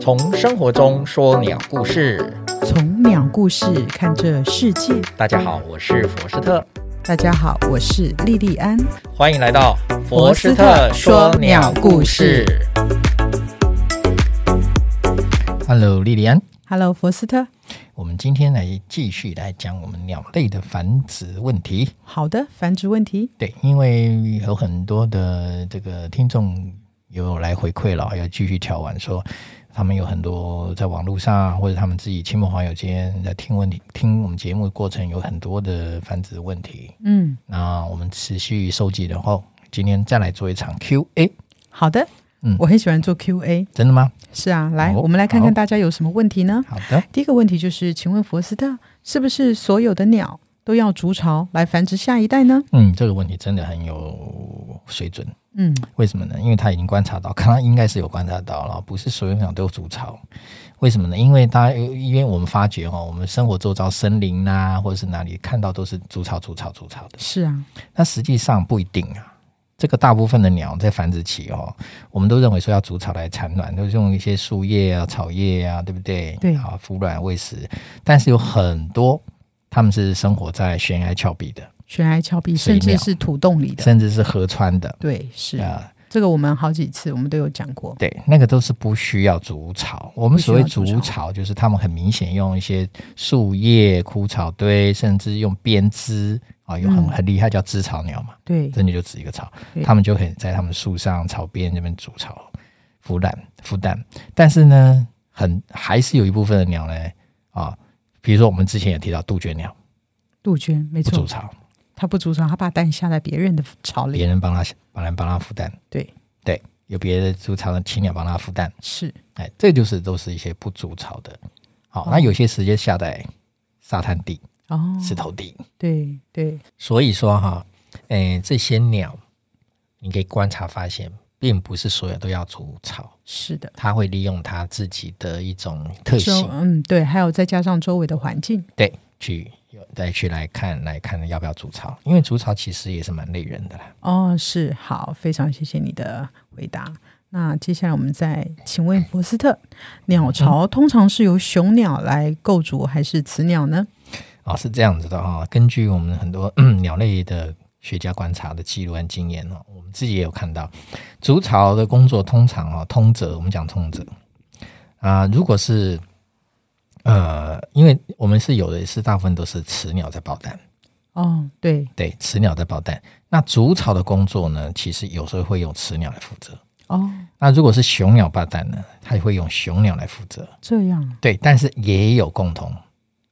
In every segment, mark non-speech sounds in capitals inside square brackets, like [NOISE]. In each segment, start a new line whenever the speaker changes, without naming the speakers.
从生活中说鸟故事。
从鸟故事看这世界。
大家好，我是佛斯特，
大家好，我是莉莉安。
欢迎来到
佛斯特说鸟故事。
Hello，莉莉安，
Hello，佛斯特。
我们今天来继续来讲我们鸟类的繁殖问题。
好的，繁殖问题。
对，因为有很多的这个听众有来回馈了，有继续调完说，他们有很多在网络上或者他们自己亲朋好友间在听问题，听我们节目的过程有很多的繁殖问题。
嗯，
那我们持续收集然后，今天再来做一场 Q&A，
好的。
嗯
我很喜欢做 Q&A。
真的吗？
是啊，来，
好
我们来看
好
看大家有什么问题呢？
好的，
第一个问题就是，请问佛斯特，是不是所有的鸟都要筑巢来繁殖下一代呢？
嗯，这个问题真的很有水准。
嗯
为什么呢？因为他已经观察到，看他应该是有观察到了，不是所有鸟都有筑巢。为什么呢？因为大家，因为我们发觉哦，我们生活周遭森林啊，或者是哪里看到都是筑巢、筑巢、筑巢的。
是啊，
那实际上不一定啊。这个大部分的鸟在繁殖期哦，我们都认为说要筑巢来产卵，都是用一些树叶啊、草叶啊，对不对？
对
啊，孵卵喂食。但是有很多，它们是生活在悬崖峭壁的，
悬崖峭壁，
水
甚至
鸟
是土洞里的。
甚至是河川的
对，是、
啊、
这个，我们好几次我们都有讲过。
对，那个都是不需要筑巢。我们所谓筑
不需要筑
巢，就是他们很明显用一些树叶、枯草堆，甚至用编织啊，有很
嗯
很厉害叫织巢鸟嘛，
对，
真的就织一个巢
对，
他们就可以在他们树上、草边那边筑巢、孵蛋、孵蛋。但是呢，很还是有一部分的鸟呢，啊，比如说我们之前也提到杜鹃鸟
杜鹃没
不
错
筑，巢，
它不筑巢，它把蛋下在别人的巢里。
别人帮它帮人帮它孵蛋，
对，
对，有别的筑巢的青鸟帮它孵蛋。
是，
哎，这就是都是一些不筑巢的。好
哦，
那有些直接下在沙滩地、
哦，
石头地。
对对，
所以说哈，哎，这些鸟，你可以观察发现，并不是所有都要筑巢，
是的，
它会利用它自己的一种特
周
性，
嗯对，还有再加上周围的环境，
对，去再去来看来看要不要筑巢，因为筑巢其实也是蛮累人的啦。
哦，是好，非常谢谢你的回答。那接下来我们再请问博斯特，鸟
嗯
巢通常是由雄鸟来构筑还是雌鸟呢？
啊，是这样子的哈、根据我们很多嗯鸟类的学家观察的记录和经验哦，我们自己也有看到，筑巢的工作通常哦，通则我们讲通则啊、如果是呃，因为我们是有的是大部分都是雌鸟在抱蛋，
哦，对，
对，雌鸟在抱蛋。那筑巢的工作呢，其实有时候会用雌鸟来负责。
哦，
那如果是雄鸟抱蛋呢，它也会用雄鸟来负责。
这样，
对，但是也有共同，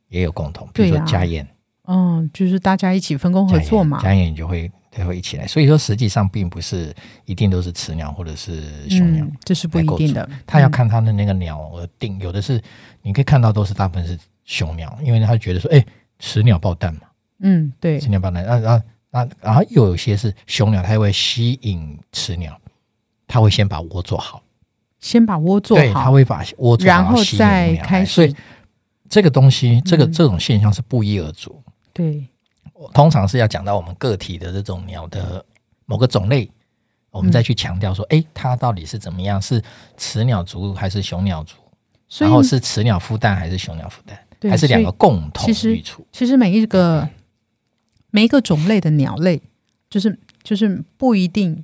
也有共同，比如
对
说
啊
家燕。
嗯，就是大家一起分工合作嘛，
家演就会就会一起来。所以说，实际上并不是一定都是雌鸟或者是雄鸟，
嗯，这是不一定的，
它要
嗯
看它的那个鸟而定。有的是你可以看到都是大部分是雄鸟，因为它觉得说，哎、雌鸟爆蛋嘛，
嗯，对
雌，鸟爆蛋，啊啊啊，然后又有些是雄鸟，它会吸引雌鸟，它会先把窝做好，
先把窝做
对，它
好，
会把窝做好，
然后
吸引母
再
鸟来
开
所以
始，
这个东西，这个
嗯
这种现象是不一而足。
对，
通常是要讲到我们个体的这种鸟的某个种类，我
嗯
们再去强调说，哎、它到底是怎么样？是雌鸟族还是雄鸟族？
所
然后
以
是雌鸟孵蛋还是雄鸟孵蛋？
对
还是两
所
个
以
共同
其实
育雏？
其实每一个每一个种类的鸟类，就是就是不一定，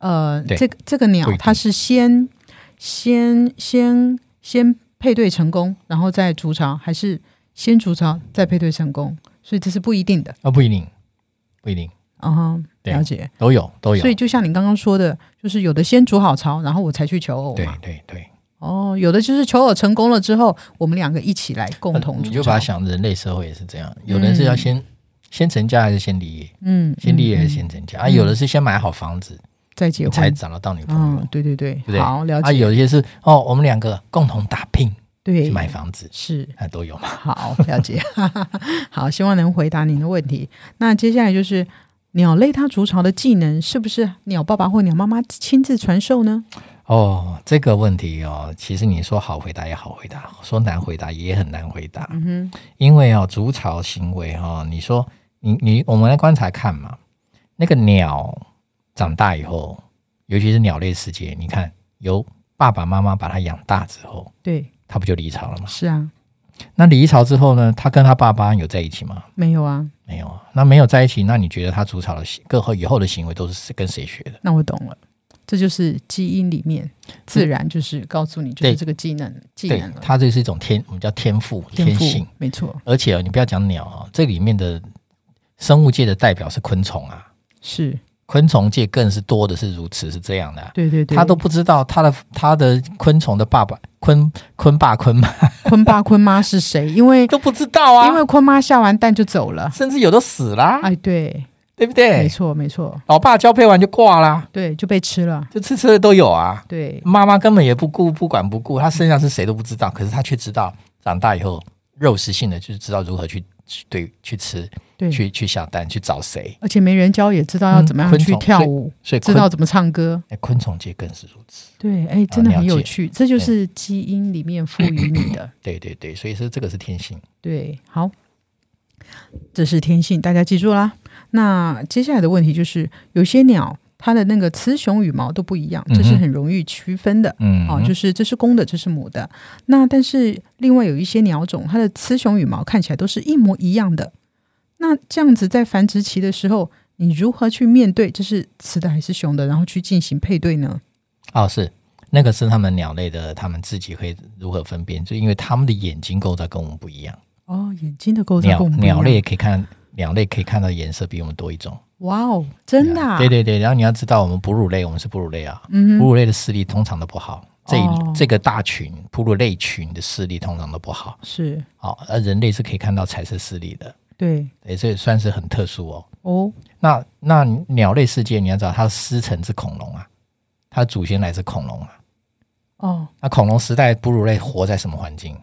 呃，
对
这个这个
不
鸟
一定
它是先先先先配对成功，然后再筑巢，还是先筑巢再配对成功？所以这是不一定的。
啊，不一定，不一定，
嗯哼，
对
了解。
都有都有。
所以就像你刚刚说的，就是有的先筑好巢，然后我才去求偶
对
嘛。
对对，
哦，有的就是求偶成功了之后，我们两个一起来共同
啊
嗯
你
筑
就
巢
把它想人类社会也是这样，有人是要先、先成家还是先立业？
嗯
先立业还
嗯
是先成家？啊，有的是先买好房子，
再结
你才
婚。
找得到女朋友。
嗯，对对对，
对不对
好了解。
啊，有一些是哦，我们两个共同打拼
对，
去买房子，
是
啊，都有嘛。
好了解， [LAUGHS] 好，希望能回答您的问题。那接下来就是鸟类它筑巢的技能，是不是鸟爸爸或鸟妈妈亲自传授呢？
哦，这个问题哦，其实你说好回答也好回答，说难回答也很难回答，
嗯哼，
因为哦，筑巢行为哦，你说你你，我们来观察看嘛，那个鸟长大以后，尤其是鸟类世界，你看由爸爸妈妈把它养大之后，
对，
它不就离巢了吗？
是啊，
那离巢之后呢，它跟它爸爸有在一起吗？
没有啊，
没有啊。那没有在一起，那你觉得它筑巢的行，各后以后的行为都是跟谁学的？
那我懂了。这就是基因里面自然就是告诉你，就
对
是这个技能技
对
能，了，
它这是一种天，我们叫天赋、
天
天
赋
性。
没错，
而且哦，你不要讲鸟啊、这里面的生物界的代表是昆虫啊，
是
昆虫界更是多的是如此，是这样的啊、
对对对，
他都不知道他的他的昆虫的爸爸昆昆爸昆
[LAUGHS]
妈
坤爸坤妈
[LAUGHS]
是
啊
谁？因为
都不知道啊，
因为坤妈下完蛋就走了。
甚至有的死啦，
哎，对，
对不
没
对？
错没错，
老爸交配完就挂啦，
对，就被吃了。
就吃吃的都有啊。
对，
妈妈根本也不顾不管不顾，她身上是谁都不知道，可是她却知道长大以后肉食性的就是知道如何去去对去吃
对，
去去下蛋去找谁，
而且没人教，也知道要怎
嗯
么样
昆
去
虫
跳舞，
所以
知
昆
道怎么唱歌。
哎昆虫界更是如此。
对，哎，真的
了
很有
解
趣，这就是基因里面赋予你 [CLEARS THROAT] 的。
对对对，所以说这个是天性。
对，好，这是天性，大家记住啦。那接下来的问题就是，有些鸟它的那个雌雄羽毛都不一样，这是
嗯哼
很容易区分的。
嗯
哦，就是这是公的，这是母的。那但是另外有一些鸟种，它的雌雄羽毛看起来都是一模一样的。那这样子在繁殖期的时候，你如何去面对这是雌的还是雄的，然后去进行配对呢？
哦，是那个是他们鸟类的，他们自己会如何分辨？就因为他们的眼睛构造跟我们不一样，
哦，眼睛的构造
鸟
跟我们不一样
鸟类，可以看鸟类可以看到颜色比我们多一种，
哇哦，真的、啊，
对，对对。然后你要知道，我们哺乳类，我们是哺乳类啊，
嗯
哺
哼，
乳类的视力通常都不好，这一、
哦
这个大群哺乳类群的视力通常都不好。
是
好、而人类是可以看到彩色视力的，
对
对，这也算是很特殊哦。
哦，
那那鸟类世界，你要知道，它的师承是恐龙啊，它的祖先来自恐龙啊。
哦
那恐龙时代，哺乳类活在什么环境？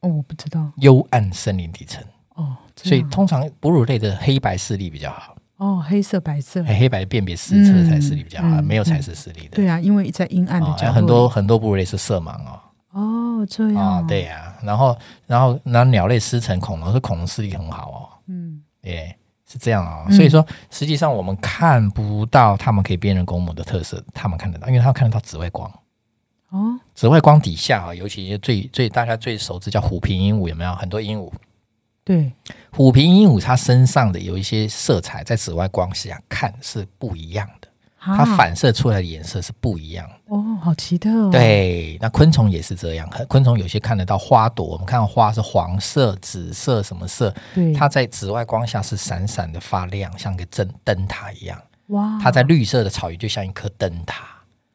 哦，我不知道
幽暗森林底层，
哦，真
所以
的啊
通常哺乳类的黑白视力比较好，
哦，黑色白色，
黑黑白辨别四色彩视力比较好，啊
嗯嗯
没有彩色视力的。
对啊，因为在阴暗的
哦，
角落里、
很多很多哺乳类是色盲哦，
哦，这样
啊、对呀、然后然后然后鸟类师承恐龙，是恐龙视力很好哦，
嗯，
对，是这样哦。
嗯
所以说，实际上我们看不到它们可以辨认公母的特色，它们看得到，因为它们看得到紫外光。
哦，
紫外光底下啊，尤其最最大家最熟知叫虎皮鹦鹉，有没有？很多鹦鹉，
对，
虎皮鹦鹉它身上的有一些色彩，在紫外光下看是不一样的，它
啊
反射出来的颜色是不一样的。
哦，好奇特哦。，
对，那昆虫也是这样，昆虫有些看得到花朵，我们看到花是黄色、紫色什么色，
对，
它在紫外光下是闪闪的发亮，像个灯灯塔一样。
哇，
它在绿色的草原就像一颗灯塔，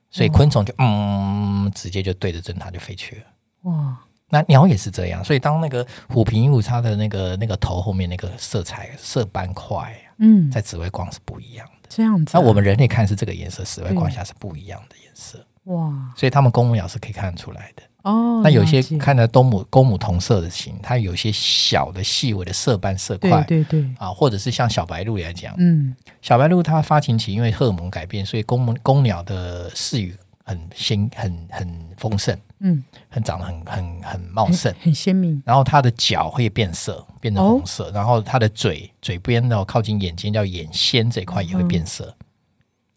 所以昆虫就嗯，直接就对着灯塔就飞去了。
哇，
那鸟也是这样，所以当那个虎皮鹦鹉它的那个那个头后面那个色彩色斑块啊
嗯，
在紫外光是不一样的。
这样子
那
啊、
我们人类看是这个颜色，紫外光下是不一样的颜色，
哇
所以它们公母鸟是可以看得出来的。
嗯哦，
那有
了
些
解
看到公母公母同色的型，它有些小的细微的色斑色块
对对对，
啊，或者是像小白鹭来讲，
嗯，
小白鹭它发情期因为荷尔蒙改变，所以公母公鸟的视羽很兴很很丰盛，
嗯，
很长得很很很茂盛。
很鲜明
然后它的脚会变色，变成
哦
红色。然后它的嘴嘴边的靠近眼睛叫眼线这一块也会变色，
嗯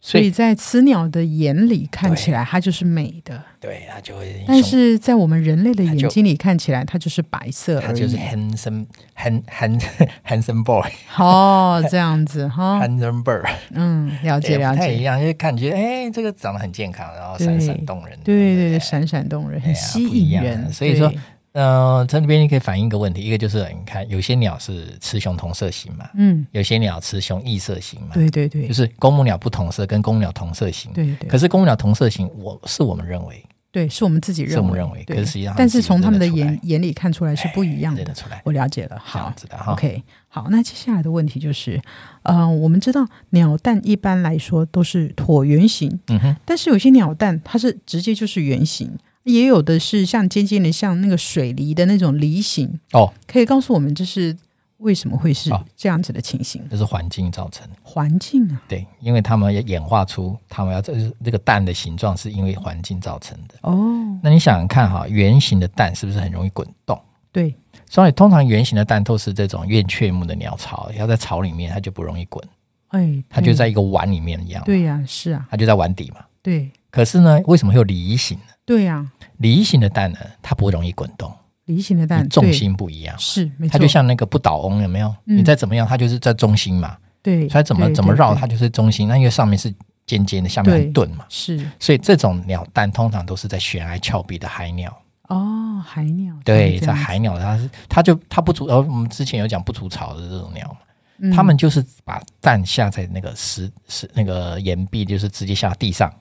所
所以
以在雌鸟的眼里看
对
起来它就是美的，
对，它就会。
但是在我们人类的
它
眼
就
睛里看起来它就是白色
它
而
就是
已。
handsome hand hand [LAUGHS] handsome boy
哦，
[LAUGHS]
这样子哈，
handsome bird，
嗯，了解
对，不
了
太一
解，
样，就是感觉哎，这个长得很健康，然后闪闪动人，
对对
不
对，闪闪动人，
哎
很
呀
吸
不一
引
样
人，
所以说
对，
呃，在那边你可以反映一个问题，一个就是你看有些鸟是雌雄同色型嘛，
嗯，
有些鸟雌雄异色型嘛，
对对对
就，是公母鸟不同色跟公母鸟同色型。
对对
可是公母鸟同色型，我是我们认为
对，是我们自己认
是
为，
我们认为
对
可是实际上
但
它自
是
己
从他们的
认得出来
眼眼里看出来是不一样
认
的
得。出来，
我了解了，
这
好
样子的哈。
，OK，好。那接下来的问题就是，呃，我们知道鸟蛋一般来说都是椭圆形，
嗯哼，
但是有些鸟蛋它是直接就是圆形，也有的是像尖尖的，像那个水梨的那种梨形。
哦，
可以告诉我们这是为什么会是
好
这样子的情形？
这是环境造成的，
环境啊，
对，因为他们也演化出他们要这这个蛋的形状，是因为环境造成的。
哦，
那你想想看哈，圆形的蛋是不是很容易滚动？
对，
所以通常圆形的蛋都是这种燕雀目的鸟巢，要在巢里面它就不容易滚，
哎，
它
对
就在一个碗里面一样，
对呀、是啊，
它就在碗底嘛。
对，
可是呢，为什么会有梨形呢？
对呀、
梨形的蛋呢，它不容易滚动，
梨形的
你
蛋，
重
对
心不一样，
是没错，
它就像那个不倒翁有没有？
嗯
你再怎么样，它就是在中心嘛，
对，
所以它怎么
对
怎么
对
绕，
对
它就是中心。那因为上面是尖尖的，下面
对
很钝嘛，
是
所以这种鸟蛋通常都是在悬崖峭壁的海鸟。
哦，海鸟
对，
这
在
样
海鸟它是它就它不筑，呃，我们之前有讲不筑巢的这种鸟嘛，
嗯
它们就是把蛋下在那个石石那个岩壁，就是直接下到地上，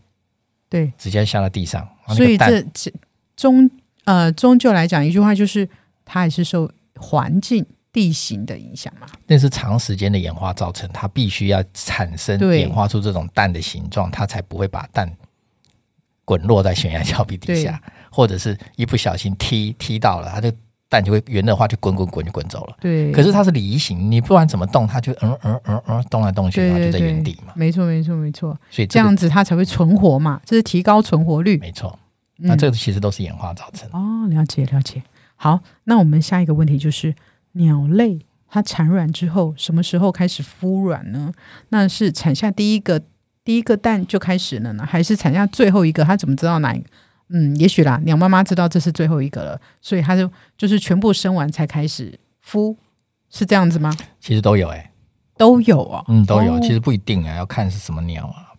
对，
直接下到地上。然后那
所
个
以
蛋
这这终呃终究来讲，一句话就是它也是受环境地形的影响嘛，
那是长时间的演化造成，它必须要产生
对
演化出这种蛋的形状，它才不会把蛋滚落在悬崖峭壁底下， [LAUGHS] 或者是一不小心踢踢到了，它就蛋就会圆的话就滚滚滚就滚走了。
对，
可是它是梨形，你不管怎么动，它就嗯嗯嗯嗯动来动去，
对
然后
对
就在
对，
原地嘛。
没错没错没错，
所以
这
个
样子它才会存活嘛，这是提高存活率。
没错，
嗯
那这个其实都是演化造成的。
哦，了解了解。好，那我们下一个问题就是，鸟类它产卵之后什么时候开始孵卵呢？那是产下第一个第一个蛋就开始了呢，还是产下最后一个？它怎么知道哪一个？嗯，也许啦，鸟妈妈知道这是最后一个了，所以它就就是全部生完才开始孵，是这样子吗？
其实都有哎、
都有哦，
嗯，都有。
哦
其实不一定啊，要看是什么鸟啊。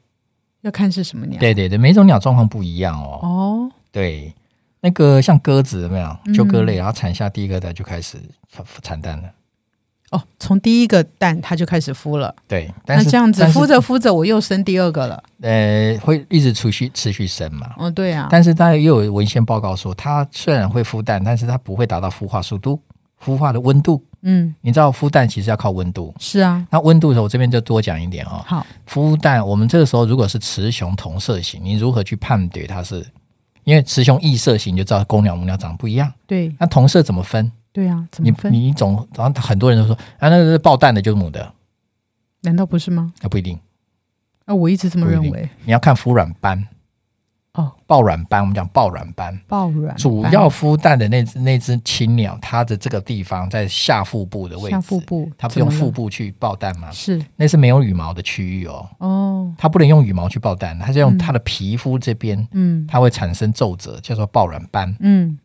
要看是什么鸟。
对对对，每种鸟状况不一样哦。
哦，
对，那个像鸽子有没有？
嗯
鸠鸽类，然后产下第一个蛋就开始产产蛋了。
哦，从第一个蛋它就开始孵了，
对，但
那
是
这样子
但是
孵着孵着我又生第二个了。
呃会一直持续持续生嘛。
哦，对啊，
但是大家又有文献报告说，它虽然会孵蛋，但是它不会达到孵化速度、孵化的温度。
嗯，
你知道孵蛋其实要靠温度，
是啊，
那温度的时候，我这边就多讲一点哦。
好，
孵蛋，我们这个时候如果是雌雄同色型，你如何去判别它是？因为雌雄异色型，你就知道公鸟母鸟长得不一样。
对
那同色怎么分？
对啊，怎
你
么分？
你总然后很多人都说啊，那是爆蛋的就是母的，
难道不是吗？
那不一定，
啊，我一直这么
不一
认
定
为。
你要看孵卵斑
哦，
爆卵斑，我们讲爆卵斑，
爆卵
主
斑
要孵蛋的那只那只青鸟，它的这个地方在下腹部的位置，
下腹部，
它不
怎
用
么
腹
了
部去爆蛋吗？
是
那是没有羽毛的区域哦，
哦，
它不能用羽毛去爆蛋，它是
嗯
用它的皮肤这边，
嗯
它会产生皱褶，叫做爆卵斑。
嗯，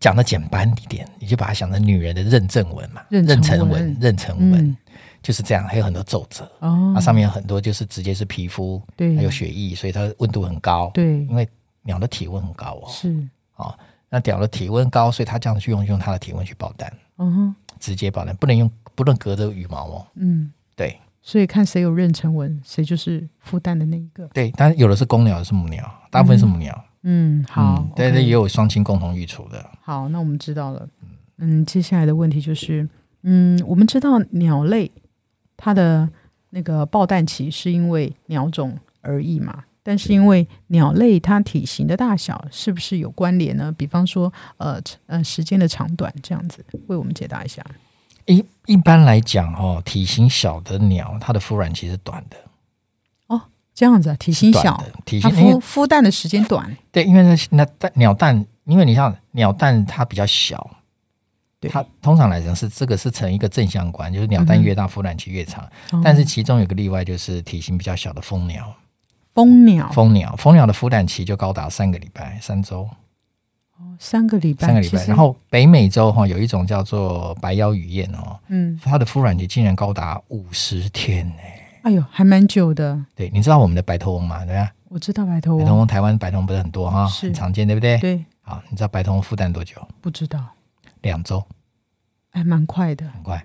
讲的简单一点，你就把它想成女人的妊娠纹嘛，
妊娠
妊娠
纹
纹，妊娠
嗯
纹、就是这样，还有很多皱褶。
哦
它，啊上面有很多就是直接是皮肤，
对
还有血液，所以它温度很高。，
对
因为鸟的体温很高哦。
是，
哦，那鸟的体温高，所以它这样去用用它的体温去爆蛋，
嗯哼
直接爆蛋，不能用不能隔着羽毛哦。
嗯，
对
所以看谁有妊娠纹，谁就是孵蛋的那一个。
对，但有的是公鸟，有的是母鸟，大部分是母鸟。
嗯，好
嗯，对对，
OK
也有双亲共同育雏的。
好，那我们知道了。嗯，接下来的问题就是，嗯，我们知道鸟类它的那个爆蛋期是因为鸟种而异嘛，但是因为鸟类它体型的大小是不是有关联呢？比方说，呃呃，时间的长短这样子，为我们解答一下。
一一般来讲哦，体型小的鸟，它的孵卵期是短的，
这样子啊，体型
短
小
的，体
它
型因
孵
为
孵蛋的时间短，
对，因为它那蛋鸟蛋，因为你像鸟蛋它比较小，
对
它通常来讲是这个是成一个正相关，就是鸟
嗯
蛋
哼
越大，孵卵期越长。
哦
但是其中有个例外，就是体型比较小的蜂鸟。
蜂鸟
蜂鸟，蜂鸟的孵蛋期就高达三个礼拜，三周，
三个礼拜，
三个礼
其
拜。
实
然后北美洲哈、有一种叫做白腰雨燕哦，
嗯，
它的孵卵期竟然高达五十天呢、
哎呦，还蛮久的。
对，你知道我们的白头翁吗？对吧？啊
我知道白头
白头
翁，
翁，台湾白头翁不是很多哈，
哦是
很常见，对不对？
对，
好，你知道白头翁孵蛋多久？
不知道，
两周，
还蛮快的，
很快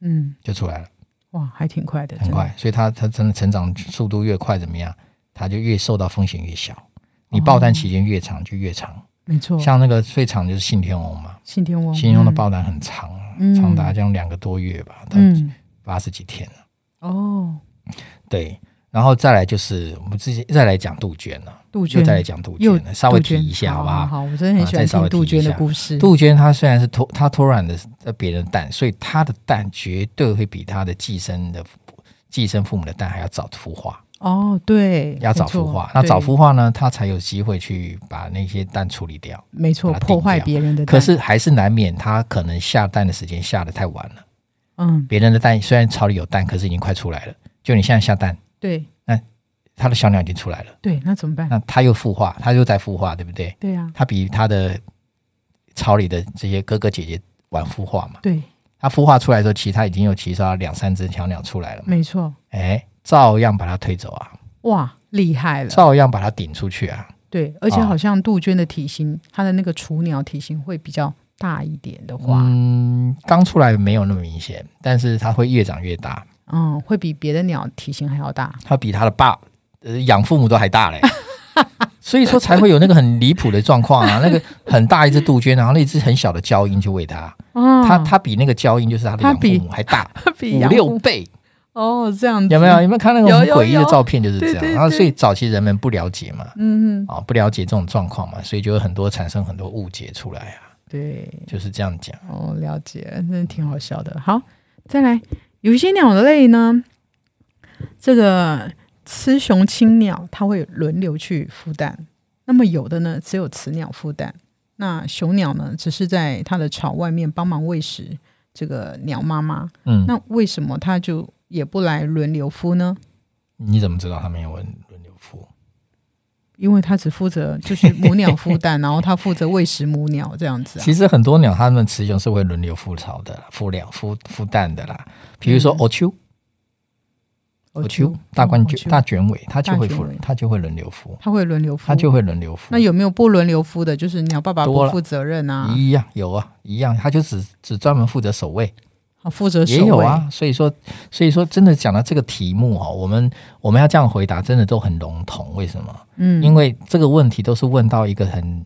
嗯。
就出来了。
哇，还挺快的，
很
真的
快，所以它它真的成长速度越快，怎么样？它就越受到风险越小。你
哦
爆蛋期间越长就越长，
没错。
像那个最长就是信天翁嘛，
信天翁，
信天翁的爆蛋很长，啊
嗯
长达将两个多月吧，它
嗯，
八十几天了。
嗯哦，
对，然后再来就是我们之前再来讲杜鹃了，
杜
就
鹃
再来讲杜
又
鹃了，稍微
杜
提
鹃
一下好
好
不
好？
好？
好，我真的很
啊
喜
再
欢
稍微
听杜
提一
鹃的
下
故事。
杜鹃它虽然是脱它脱卵的呃别人的蛋，所以它的蛋绝对会比它的寄生的寄生父母的蛋还要早孵化。
哦，对，
要早
没错
孵化，那早，
对
孵化呢，它才有机会去把那些蛋处理掉。
没错，
把它
破
定
坏
掉
别人的蛋。
可是还是难免，它可能下蛋的时间下的太晚了。
嗯，
别人的蛋虽然巢里有蛋，可是已经快出来了。就你现在下蛋，
对，
它的小鸟已经出来了，
对，那怎么办？
那它又孵化，它又在孵化，对不对？
对啊呀、
它比它的巢里的这些哥哥姐姐晚孵化嘛。
对，
它孵化出来的时候，其实它已经有其他两三只小鸟出来了嘛，
没错，
哎，照样把它推走啊，
哇，厉害了！
照样把它顶出去啊。
对，而且
啊
好像杜鹃的体型，它的那个雏鸟体型会比较大一点的话，嗯
嗯，刚出来没有那么明显，但是它会越长越大，
嗯会比别的鸟体型还要大。
它比它的爸、呃、养父母都还大
[LAUGHS]
嘞。所以说才会有那个很离谱的状况啊，那个很大一只杜鹃，然后那只很小的交鹰就喂它，
啊，
它它比那个交鹰就是它的
它
养父
比
母还大
嗯比
五
羊
六
虎
倍，
哦，这样子
有没有？？有没有看那
有
个很
有
诡异的
有
照片就是这
对
样？
对
然后
对
所以早期人们不了解嘛，
嗯，
啊，不了解这种状况嘛，所以就有很多产生很多误解出来啊，
对，
就是这样讲。
哦，了解，真的挺好笑的。好，再来，有一些鸟类呢，这个雌雄青鸟它会轮流去孵蛋，那么有的呢只有雌鸟孵蛋，那雄鸟呢只是在它的巢外面帮忙喂食这个鸟妈妈。
嗯，
那为什么它就也不来轮流
[LAUGHS]
孵呢？
你怎么知道他们有轮轮流孵？
因为它只负责就是母鸟孵蛋，然后它负责喂食母
[LAUGHS]
鸟这样子啊。
其实很多鸟，它们雌雄是会轮流孵巢的啦，孵鸟、孵孵蛋的啦。比如说
嗯
欧秋、
哦
欧秋、大冠
哦
卷、
秋
大卷尾，它就会
大卷
孵
尾，
它就会轮流孵，
它会轮流孵，
它就会轮流
那
孵。
有没有不轮流夫的？就是鸟爸爸
多
不
了
负责任啊，
一样有啊，一样，它就只只专门负责守卫，
好负责守
也
卫
有，啊。所以说，所以说，真的讲到这个题目哦，我们我们要这样回答，真的都很笼统。为什么？
嗯，
因为这个问题都是问到一个很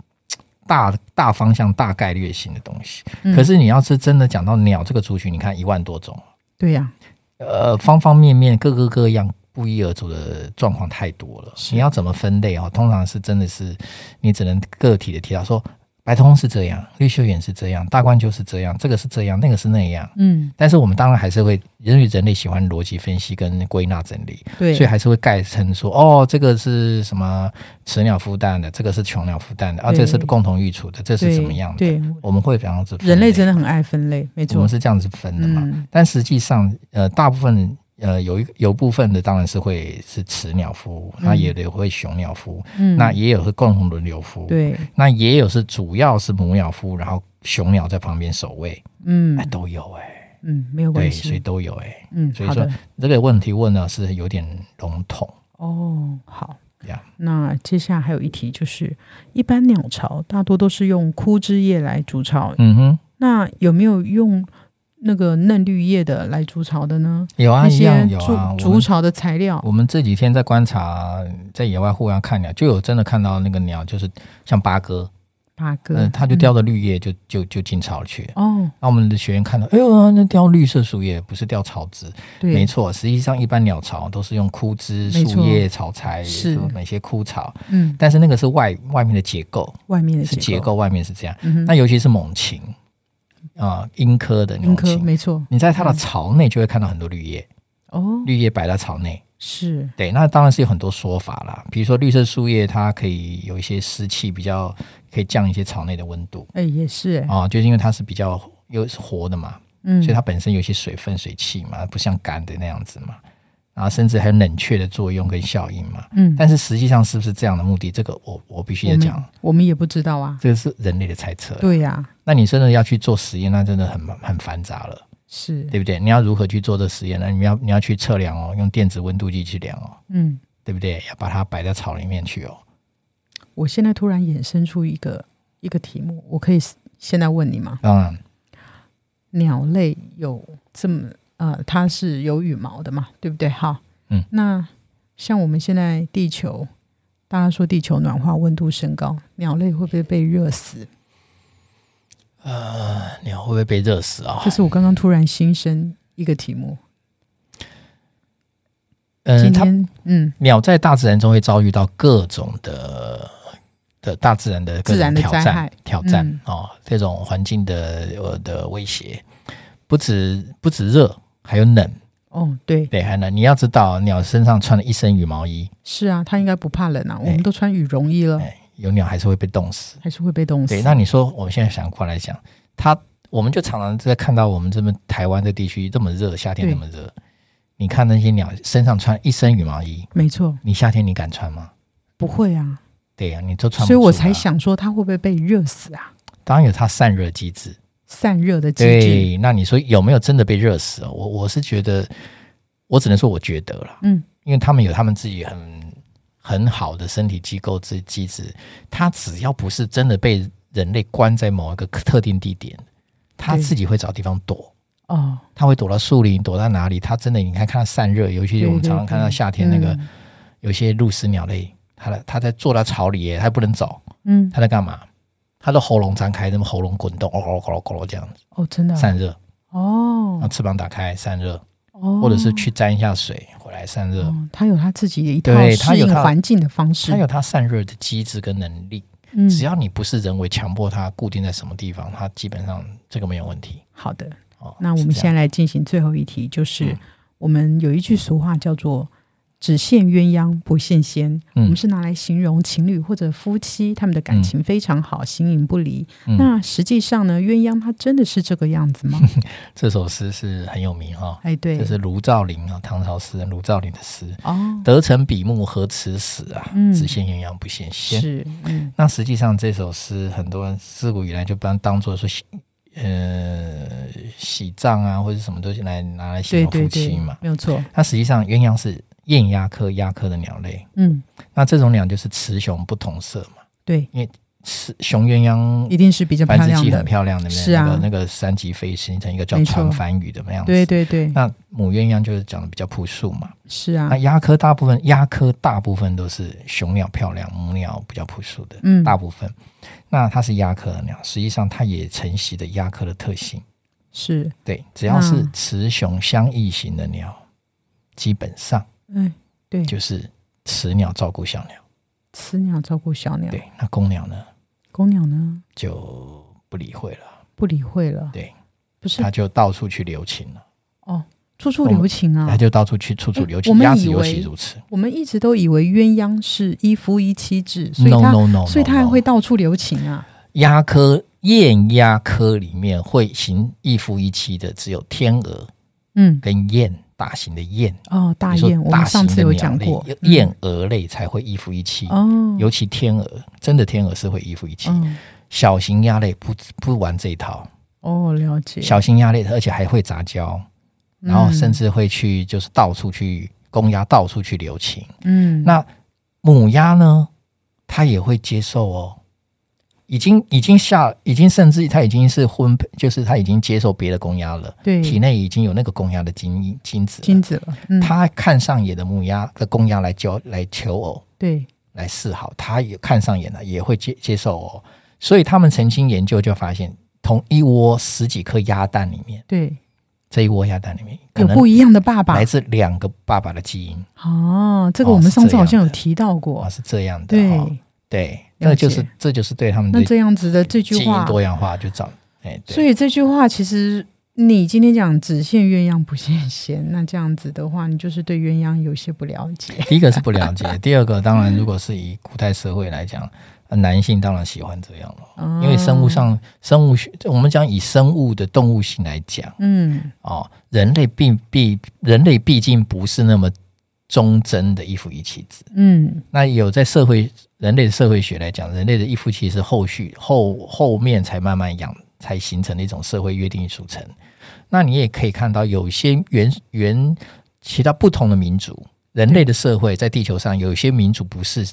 大大方向、大概率性的东西。
嗯
可是你要是真的讲到鸟这个族群，你看一万多种。
对呀、
呃，方方面面、各个各样、不一而足的状况太多了。你要怎么分类哦？通常是真的是你只能个体的提到说，白头翁是这样，绿袖眼是这样，大冠鹫是这样，这个是这样，那个是那样。
嗯，
但是我们当然还是会，因为人类喜欢逻辑分析跟归纳整理，
对，
所以还是会概称说，哦，这个是什么雌鸟孵蛋的，这个是雄鸟孵蛋的，啊，
对
这是共同育处的，这是
对
怎么样的？
对，
我们会这样子分类。
人类真的很爱分类，没
我
错
们，是这样子分的嘛？
嗯，
但实际上，呃，大部分呃有一有部分的当然是会是雌鸟孵，那也有会雄鸟孵，
嗯
那也有是共同轮流孵，，
对，
那也有是主要是母鸟孵，然后雄鸟在旁边守卫，
嗯
哎、都有哎、
嗯，没有
对，
关
所以
系，
都有哎、
嗯，
所以
好
说
的，
这个问题问的是有点笼统
哦，好。
呀。
那接下来还有一题，就是一般鸟巢大多都是用枯枝叶来筑巢，
嗯哼，
那有没有用那个嫩绿叶的来筑巢的呢？
有啊，
那
一
些
样有啊。
筑
我
筑
们
巢的材料，
我们这几天在观察，在野外互相看鸟，就有真的看到那个鸟，就是像八哥，
八哥，
嗯，它就叼着绿叶就就就进巢去了。
嗯哦，
那我们的学员看到，哎呦，那掉绿色树叶，不是掉草枝，
对，
没错。实际上，一般鸟巢都是用枯枝、
没错
树叶、草材，
是
哪些枯草，
嗯，
但是那个是外外面的结构，
外面的
是结
构，
构外面是这样。
嗯哼
那尤其是猛禽啊，鹰科的
云
猛
科
禽，
没错，
你在它的巢内就会看到很多绿叶，
哦，
绿叶摆在巢内。
是，
对，那当然是有很多说法啦，比如说绿色树叶，它可以有一些湿气，比较可以降一些巢内的温度
哎，也是，哎，
啊，就是因为它是比较又是活的嘛，
嗯，
所以它本身有一些水分、水汽嘛，不像干的那样子嘛。然后甚至还有冷却的作用跟效应嘛。
嗯，
但是实际上是不是这样的目的，这个我我必须
我
要
们
讲，啊
我们也不知道啊，
这个是人类的猜测。
对呀，
那你真的要去做实验，那真的很很繁杂了，
是，
对不对？你要如何去做这实验呢？你要你要去测量哦，用电子温度计去量哦，
嗯，
对不对？要把它摆在草里面去哦。
我现在突然衍生出一个一个题目，我可以现在问你吗？
当然，
鸟类有这么呃，它是有羽毛的嘛，对不对？哈，
嗯，
那像我们现在地球，大家说地球暖化，温度升高，鸟类会不会被热死？
你会不会被热死啊、
这是我刚刚突然新生一个题目。
嗯，
今
它
天，嗯，
鸟在大自然中会遭遇到各种的的大自然的各
自然
种挑
的灾
战
害、
挑战
嗯
哦，这种环境的呃的威胁，不止不止热，还有冷，
哦，对，
对，还有冷。你要知道，鸟身上穿了一身羽毛衣，
是啊，它应该不怕冷啊，我
哎
们都穿羽绒衣了，
哎，有鸟还是会被冻死。
还是会被冻死
对，。那你说我们现在反过来讲，它我们就常常在看到我们这边台湾的地区这么热，夏天
对
这么热，你看那些鸟身上穿一身羽毛衣，
没错，
你夏天你敢穿吗？
不会啊，
对呀、你都穿不、啊
所以我才，想说它会不会被热死啊？
当然有它散热机制。
散热的机制，
对，那你说有没有真的被热死哦？我我是觉得，我只能说我觉得了，
嗯，
因为他们有他们自己很很好的身体机构之机制，它只要不是真的被人类关在某一个特定地点，它
对
自己会找地方躲。
哦，
它会躲到树林，躲到哪里？它真的，你看看它散热，尤其是我们
对对
常常看到
对
夏天那个、
嗯
有些鹭鸶鸟类，它的它在坐到巢里耶，它不能走，
嗯，
它在干嘛？它的喉咙张开，那么喉咙滚动，哦咯咯咯咯这样子
哦，真的啊，
散热，然后
哦，
翅膀打开散热，
哦，
或者是去沾一下水回来散热，
哦，它有它自己的一套
对它
适
有
应
它
环境的方式，
它有它散热的机制跟能力。
嗯，
只要你不是人为强迫它固定在什么地方，它基本上这个没有问题。
好的。
哦，
那我们
是这
现
样
在来进行最后一题，就是、
嗯
我们有一句俗话叫做“只羡鸳鸯不羡仙”，我
嗯
们是拿来形容情侣或者夫妻他们的感情非常好，形影不离。
嗯
那实际上呢，鸳鸯它真的是这个样
[LAUGHS]
子吗？
这首诗是很有名哈、哦，
哎，对
这，是卢照邻啊，唐朝诗人卢照邻的诗。
哦，
得成比目何辞死啊！
嗯
只羡鸳鸯不羡仙。
是，嗯，
那实际上这首诗，很多人自古以来就把它当做说喜，呃，喜葬啊，或者什么东西来拿来形
对
容
对
夫
对
妻嘛，。
没有错，
那实际上鸳鸯是雁鸭科鸭科的鸟类，
嗯，
那这种鸟就是雌雄不同色嘛。
对，
雌雄鸳�鸯
一定是比较
繁
漂
殖
亮
期很
的，
漂亮，对不对？
是啊
那个那个三级飞形成一个叫
没错
船帆羽的那样子。
对对对，
那母鸳鸯就是讲的比较朴素嘛。
是啊
那，鸦科大部分鸦科大部分都是雄鸟漂亮，母鸟比较朴素的，
嗯，
大部分。那它是鸦科的鸟，实际上它也承袭着鸦科的特性。
是，
对，只要是
嗯
雌雄相异型的鸟，基本上
嗯，对，
就是雌鸟照顾小鸟。
雌鸟照顾小鸟，
对，那公鸟呢
公鸟呢
就不理会了，
不理会了，
对，
不是
它就到处去留情了，
哦，处处
我们
留情啊
它，就到处去处处留
嗯我
情。
们
鸭子
以
尤
为
其如此。
我们一直都以为鸳鸯是一夫一妻制，所以
No
它
no no，
所以
no,
它还
no
会到处留情啊。
鸦科雁鸦科里面会行一夫一妻的只有天鹅
嗯，
跟雁，大型的雁。
哦，大
你说
雁，我
大
们
型
上
的
次
鸟
有
类
讲过
有，雁鹅类才会一夫一妻。
嗯哦，
尤其天鹅，真的天鹅是会一夫一妻。
嗯，
小型鸭类不不玩这一套，
哦，了解。
小型鸭类而且还会杂交，
嗯
然后甚至会去就是到处去公鸭到处去留情。
嗯，
那母鸭呢，它也会接受哦。已经已经下，已经甚至它已经是婚配，就是它已经接受别的公鸭了，
对
体内已经有那个公鸭的精精子了
金子了，嗯，
它看上眼的母鸭的公鸭来交来求偶
对，
来示好，它也看上眼了，也会接接受哦。所以他们曾经研究就发现，同一窝十几颗鸭蛋里面，
对，
这一窝鸭蛋里面可
有
能
不一样的爸爸
来自两个爸爸的基因
哦，这个
哦
我们
是
上次
这
好
样
像有
的
提到
啊、
过，
是这样的、哦。
对。
对，
了
那就是
解
这就是对他们的
那这样子的这句
基因
话，
多样化就找哎，
所
对，
以这句话其实你今天讲只羡鸳鸯不羡仙，那这样子的话，你就是对鸳鸯有些不了
[LAUGHS]
解。
第一个是不了解，第二个当然如果是以古代社会来讲，呃男性当然喜欢这样了，
因
因为生物，上生物学，我们讲以生物的动物性来讲
嗯，
哦，人类并毕人类毕竟不是那么忠贞的一夫一妻制，
嗯，
那有在社会人类的社会学来讲，人类的一夫妻是后续后后面才慢慢养才形成的一种社会约定俗成。那你也可以看到，有些原原其他不同的民族，人类的社会在地球上有些民族不是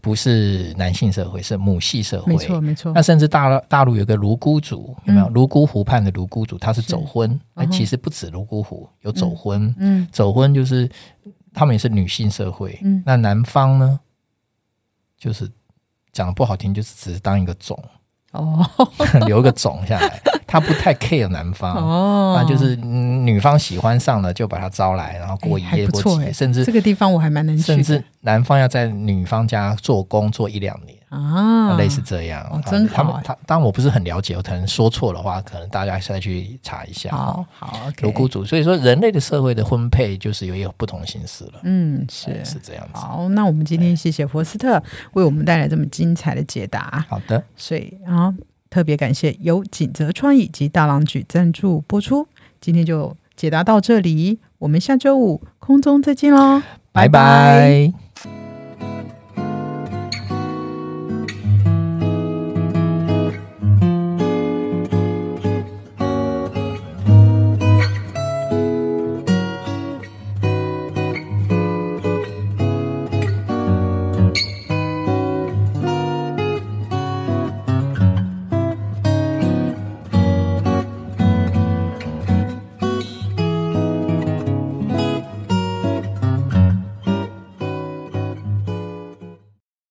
不是男性社会，是母系社
没错
会。
没错
那，甚至大陆大陆有个泸沽族，有没有？
嗯
泸沽湖畔的泸沽族，他是走婚，那
嗯哼
其实不止泸沽湖有走婚，
嗯，
走婚就是他们也是女性社会，
嗯
那男方呢，就是讲的不好听，就是只是当一个种， [LAUGHS]
哦
留个种下来，他不太 care 男方。
哦，
啊那就是嗯女方喜欢上了，就把他招来，然后过一
哎还
夜
不
过
错
几
哎
夜，甚
这
至
个地方我还蛮能去的，
甚至男方要在女方家做工做一两年，
啊，
类似这样。
哦
啊
真
他
好哎
们他当然我不是很了解，我可能说错的话，可能大家再去查一下。
好好
独孤
OK，
主，所以说人类的社会的婚配就是也有不同形式了。
嗯，
哎
是
是这样子。
好，那我们今天谢谢佛斯特为我们带来这么精彩的解答，
好的，
所以啊，特别感谢由锦泽川以及大浪举赞助播出，今天就解答到这里，我们下周五空中再见喽，
拜拜